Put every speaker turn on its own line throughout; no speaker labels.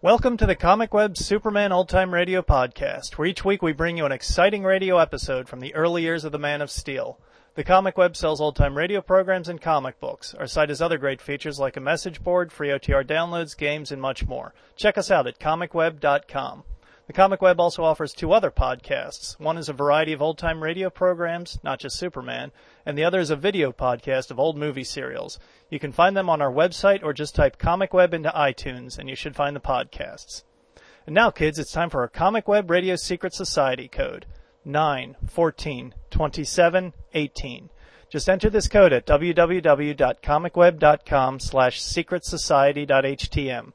Welcome to the Comic Web Superman Old Time Radio Podcast, where each week we bring you an exciting radio episode from the early years of the Man of Steel. The Comic Web sells old time radio programs and comic books. Our site has other great features like a message board, free OTR downloads, games, and much more. Check us out at comicweb.com. The Comic Web also offers two other podcasts. One is a variety of old time radio programs, not just Superman, and the other is a video podcast of old movie serials. You can find them on our website or just type Comic Web into iTunes and you should find the podcasts. And now, kids, it's time for our Comic Web Radio Secret Society code 9, 14, 27, 18. Just enter this code at www.comicweb.com slash secretsociety.htm.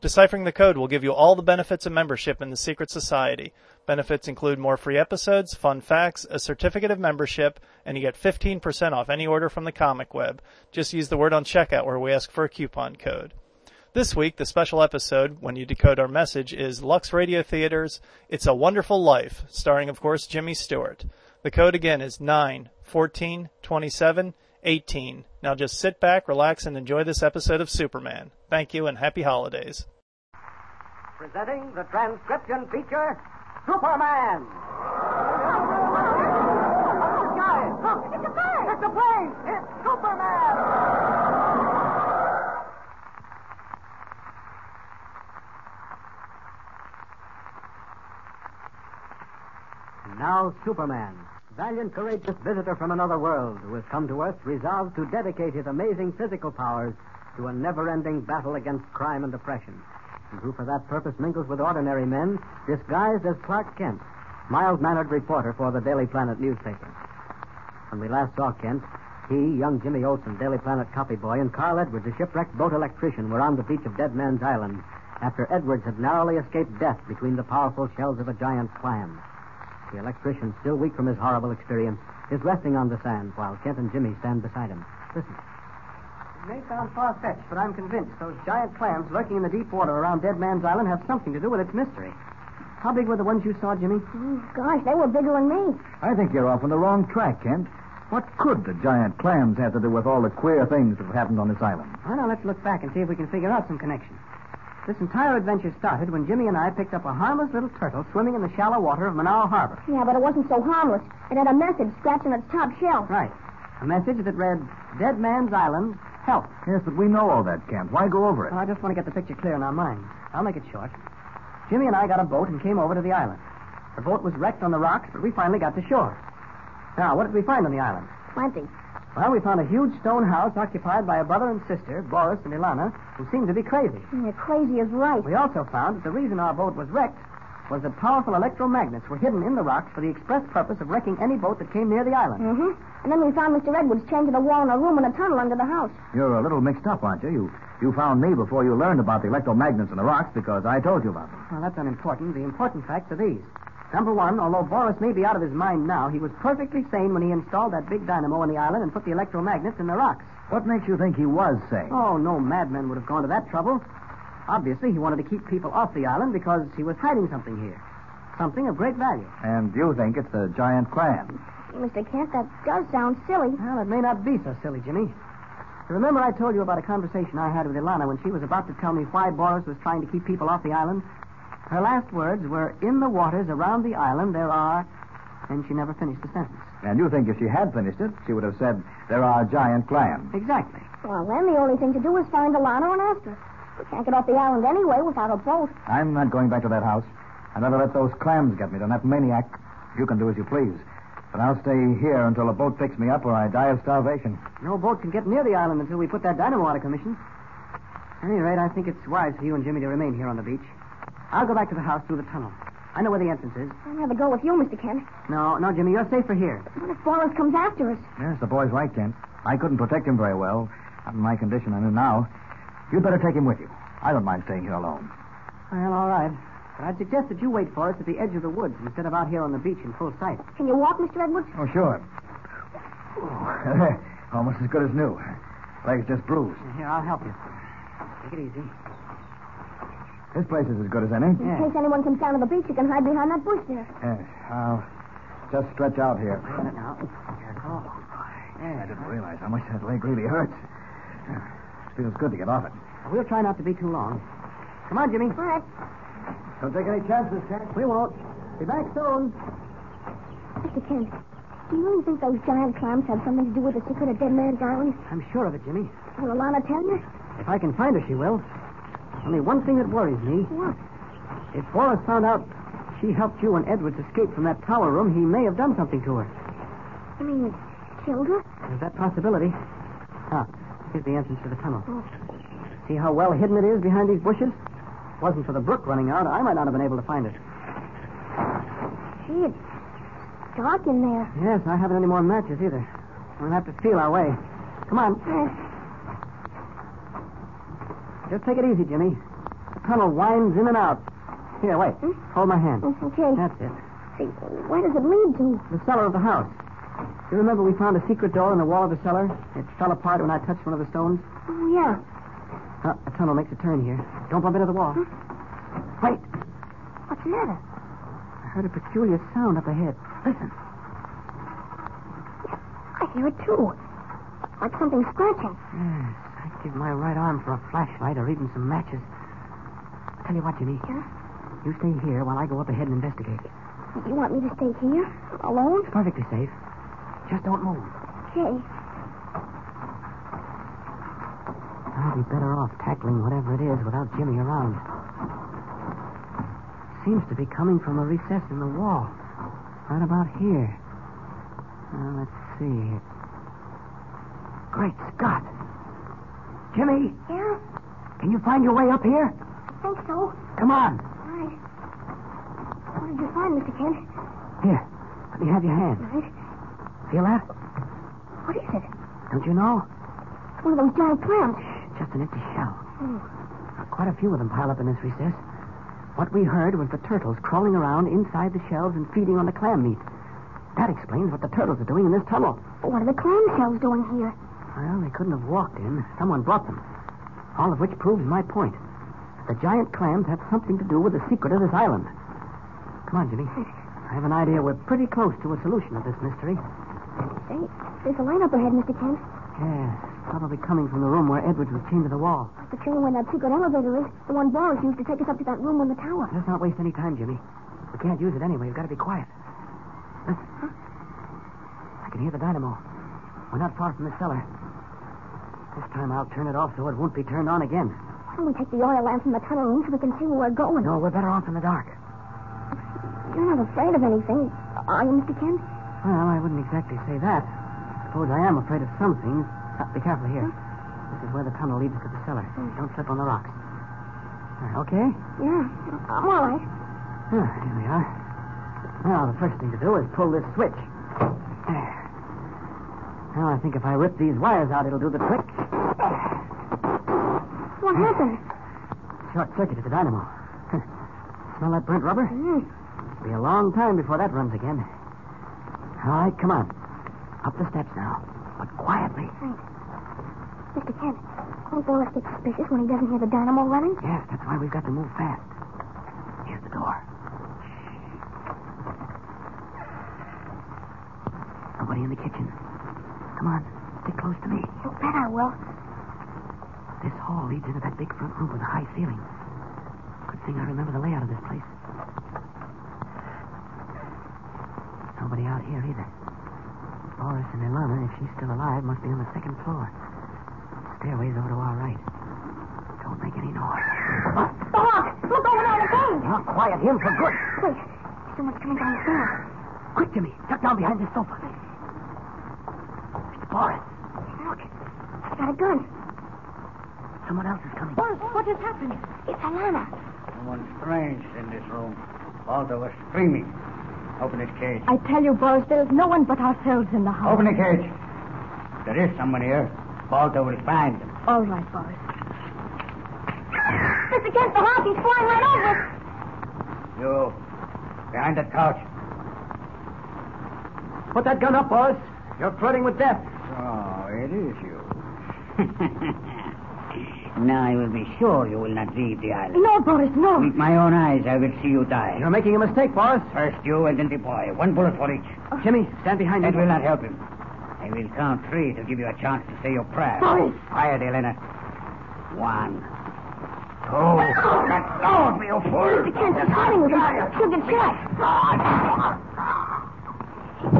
Deciphering the code will give you all the benefits of membership in the Secret Society. Benefits include more free episodes, fun facts, a certificate of membership, and you get 15% off any order from the comic web. Just use the word on checkout where we ask for a coupon code. This week, the special episode, when you decode our message, is Lux Radio Theater's It's a Wonderful Life, starring, of course, Jimmy Stewart. The code again is 9, 14, 27, 18. Now just sit back, relax, and enjoy this episode of Superman. Thank you and happy holidays.
Presenting the transcription feature, Superman.
Guys, look, it's a plane! It's a plane! It's Superman!
And now Superman, valiant, courageous visitor from another world who has come to Earth resolved to dedicate his amazing physical powers to a never-ending battle against crime and oppression, and who for that purpose mingles with ordinary men disguised as Clark Kent, mild-mannered reporter for the Daily Planet newspaper. When we last saw Kent, he, young Jimmy Olsen, Daily Planet copy boy, and Carl Edwards, a shipwrecked boat electrician, were on the beach of Dead Man's Island after Edwards had narrowly escaped death between the powerful shells of a giant clam. The electrician, still weak from his horrible experience, is resting on the sand while Kent and Jimmy stand beside him. Listen. It may sound far-fetched, but I'm convinced those giant clams lurking in the deep water around Dead Man's Island have something to do with its mystery. How big were the ones you saw, Jimmy?
Gosh, they were bigger than me.
I think you're off on the wrong track, Kent. What could the giant clams have to do with all the queer things that have happened on this island?
Well, now let's look back and see if we can figure out some connection. This entire adventure started when Jimmy and I picked up a harmless little turtle swimming in the shallow water of Manoa Harbor.
Yeah, but it wasn't so harmless. It had a message scratched on its top shell.
Right. A message that read, Dead Man's Island, help.
Yes, but we know all that, Kent. Why go over it?
Well, I just want to get the picture clear in our minds. I'll make it short. Jimmy and I got a boat and came over to the island. The boat was wrecked on the rocks, but we finally got to shore. Now, what did we find on the island?
Plenty.
Well, we found a huge stone house occupied by a brother and sister, Boris and Ilana, who seemed to be crazy.
And you're crazy as right.
We also found that the reason our boat was wrecked was that powerful electromagnets were hidden in the rocks for the express purpose of wrecking any boat that came near the island.
Mm-hmm. And then we found Mr. Edwards chained to the wall in a room in a tunnel under the house.
You're a little mixed up, aren't you? You you found me before you learned about the electromagnets in the rocks because I told you about them.
Well, that's unimportant. The important facts are these. Number one, although Boris may be out of his mind now, he was perfectly sane when he installed that big dynamo on the island and put the electromagnets in the rocks.
What makes you think he was sane?
Oh, no madman would have gone to that trouble. Obviously, he wanted to keep people off the island because he was hiding something here. Something of great value.
And you think it's the giant clam.
Mr. Kent, that does sound silly.
Well, it may not be so silly, Jimmy. You Remember I told you about a conversation I had with Ilana when she was about to tell me why Boris was trying to keep people off the island? Her last words were, in the waters around the island there are... And she never finished the sentence.
And you think if she had finished it, she would have said, There are giant clams.
Exactly.
Well, then the only thing to do is find Alana and ask her. We can't get off the island anyway without a boat.
I'm not going back to that house. I never let those clams get me. They're not maniac. You can do as you please. But I'll stay here until a boat picks me up or I die of starvation.
No boat can get near the island until we put that dynamo out of commission. At any rate, I think it's wise for you and Jimmy to remain here on the beach. I'll go back to the house through the tunnel. I know where the entrance is.
I'll have a go with you, Mr. Kent.
No, no, Jimmy, you're safer here.
What if Boris comes after us?
Yes, the boy's right, Kent. I couldn't protect him very well. Not in my condition, I know now. You'd better take him with you. I don't mind staying here alone.
Well, all right. But I'd suggest that you wait for us at the edge of the woods instead of out here on the beach in full sight.
Can you walk, Mr. Edwards?
Oh, sure. Oh, Almost as good as new. Legs just bruised.
Here, I'll help you. Take it easy.
This place is as good as any.
In
Yeah.
case anyone comes down to the beach, you can hide behind that bush there.
Yes, I'll just stretch out here.
Wait a minute now. Here it goes.
I didn't realize how much that leg really hurts. Feels good to get off it.
We'll try not to be too long. Come on, Jimmy.
All right.
Don't take any chances, Jack. We won't. Be back soon.
Mr. Kent, do you really think those giant clams had something to do with the secret of Dead Man's Island?
I'm sure of it, Jimmy.
Will Alana tell you?
If I can find her, she will. Only one thing that worries me.
What?
If Wallace found out she helped you and Edwards escape from that tower room, he may have done something to her.
I mean, it killed her?
There's that possibility. Ah, here's the entrance to the tunnel.
Oh.
See how well hidden it is behind these bushes? Wasn't for the brook running out, I might not have been able to find it.
Gee, it's dark in there.
Yes, I haven't any more matches either. We'll have to feel our way. Come on.
Uh,
Just take it easy, Jimmy. The tunnel winds in and out. Here, wait.
Hmm?
Hold my hand.
okay.
That's it.
See, where does it lead to?
The cellar of the house. You remember we found a secret door in the wall of the cellar? It fell apart when I touched one of the stones.
Oh, yeah.
Uh, a tunnel makes a turn here. Don't bump into the wall. Wait.
What's the matter?
I heard a peculiar sound up ahead. Listen.
I hear it, too. Like something scratching.
Yes, I'd give my right arm for a flashlight or even some matches. Tell you what, Jimmy.
Yeah?
You stay here while I go up ahead and investigate.
You want me to stay here? Alone?
Perfectly safe. Just don't move.
Okay.
I'd Ah, be better off tackling whatever it is without Jimmy around. Seems to be coming from a recess in the wall. Right about here. Now, let's see. Great Scott! Jimmy,
Yeah?
can you find your way up here?
I think so.
Come on.
All right. What did you find, Mr. Kent?
Here, let me have your hand.
All right.
Feel that?
What is it?
Don't you know?
It's one of those giant clams.
Just an empty shell.
Oh.
Quite a few of them pile up in this recess. What we heard was the turtles crawling around inside the shells and feeding on the clam meat. That explains what the turtles are doing in this tunnel.
But what are the clam shells doing here?
Well, they couldn't have walked in. Someone brought them. All of which proves my point. The giant clams have something to do with the secret of this island. Come on, Jimmy. I have an idea we're pretty close to a solution of this mystery.
Hey, there's a light up ahead, Mr. Kent.
Yes, probably coming from the room where Edwards was chained to the wall.
Like the train where that secret elevator is. The one Boris used to take us up to that room on the tower.
Let's not waste any time, Jimmy. We can't use it anyway. We've got to be quiet. Listen. I can hear the dynamo. We're not far from the cellar. This time I'll turn it off so it won't be turned on again. Oh,
Why don't we take the oil lamp from the tunnel room so we can see where we're going?
No, we're better off in the dark.
You're not afraid of anything, are you, Mr. Kent?
Well, I wouldn't exactly say that. Suppose I am afraid of some things. Uh, be careful here. This is where the tunnel leads to the cellar. Don't slip on the rocks. Uh, Okay?
Yeah, I'm all right.
Huh, here we are. Now, the first thing to do is pull this switch. There. Now, I think if I rip these wires out, it'll do the trick.
What happened?
Short circuit at the dynamo. Huh. Smell that burnt rubber?
Hmm.
Mm.
It'll be a long time before that runs again. All right, come on. Up the steps now, but quietly.
Mr. Kent, won't Boris get suspicious when he doesn't hear the dynamo running?
Yes, that's why we've got to move fast. Here's the door. Nobody in the kitchen. Come on, stick close to me.
You bet I will.
This hall leads into that big front room with a high ceiling. Good thing I remember the layout of this place. Nobody out here either. Boris and Ilana, if she's still alive, must be on the second floor. Stairway's over to our right. Don't make any noise.
Boris, look over there again!
Now quiet him for good.
Wait, there's someone coming down the stairs.
Quick, Jimmy. Duck down behind this sofa. Mr. Boris,
Look, I've got a gun.
someone else is coming.
Boris, what has happened? It's Alana.
Someone strange in this room. Baldo was screaming. Open this cage.
I tell you, Boris, there is no one but ourselves in the house.
Open the cage. There is someone here. Baldo will find him.
All right, Boris.
It's against the house. He's flying right over us.
You, behind that couch.
Put that gun up, Boris. You're flirting with death.
Oh, it is you. now I will be sure you will not leave the island.
No, Boris, no.
Hmm.
With my own eyes, I will see you die.
You're making a mistake, Boris.
First you and then the boy. One bullet for each.
Oh.
Jimmy, stand behind
That
me.
will not help him. I will count three to give you a chance to say your prayer.
Boris!
Quiet, Elena. One,
Oh, let go of me, you fool!
The chance is hiding with him. She'll get shot.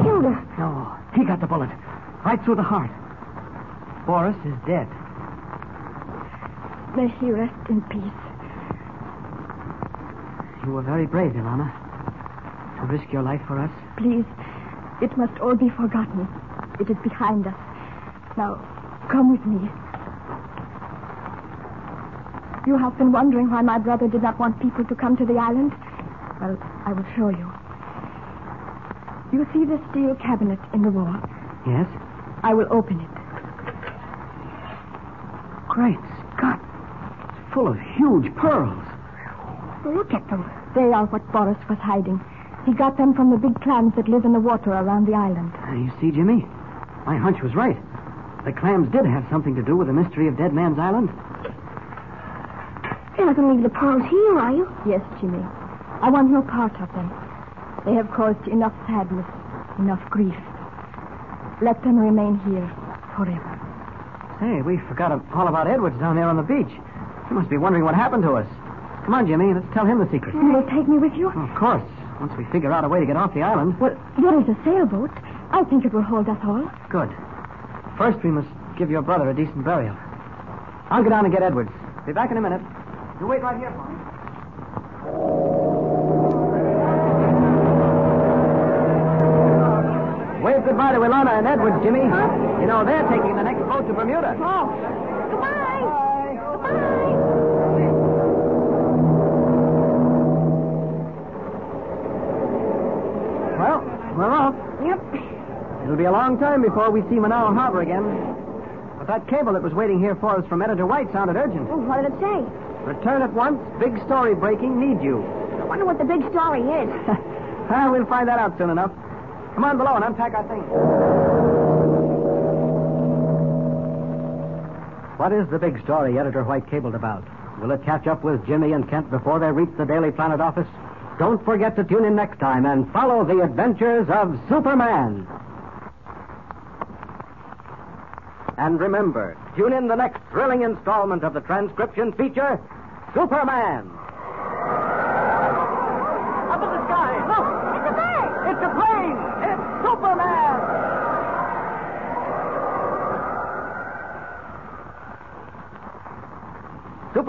Killed her.
No, he got the bullet. Right through the heart. Boris is dead.
May he rest in peace.
You were very brave, Ilana. To risk your life for us.
Please, it must all be forgotten. It is behind us. Now, come with me. You have been wondering why my brother did not want people to come to the island? Well, I will show you. You see the steel cabinet in the wall?
Yes?
I will open it.
Great Scott. It's full of huge pearls.
Look at them. They are what Boris was hiding. He got them from the big clams that live in the water around the island.
Uh, you see, Jimmy, my hunch was right. The clams did have something to do with the mystery of Dead Man's Island.
You're not going to leave the pearls here, are you?
Yes, Jimmy. I want no part of them. They have caused enough sadness, enough grief. Let them remain here forever.
Hey, we forgot all about Edwards down there on the beach. He must be wondering what happened to us. Come on, Jimmy, let's tell him the secret.
You will take me with you?
Well, of course. Once we figure out a way to get off the island.
Well, there is a sailboat. I think it will hold us all.
Good. First, we must give your brother a decent burial. I'll go down and get Edwards. Be back in a minute. You wait right here for me. Wave goodbye to Ilana and Edwards, Jimmy. You know, they're taking the next boat to Bermuda.
Oh,
Bye. Well, we're off. Yep. It'll be a long time before we see Manawa Harbor again. But that cable that was waiting here for us from Editor White sounded urgent.
Oh, what did it say?
Return at once. Big story breaking. Need you.
I wonder what the big story is.
Ah, we'll find that out soon enough. Come on below and unpack our things. What is the big story Editor White cabled about? Will it catch up with Jimmy and Kent before they reach the Daily Planet office? Don't forget to tune in next time and follow the adventures of Superman. And remember, tune in the next thrilling installment of the transcription feature, Superman. Up in the sky, look! It's a plane! It's a plane! It's Superman!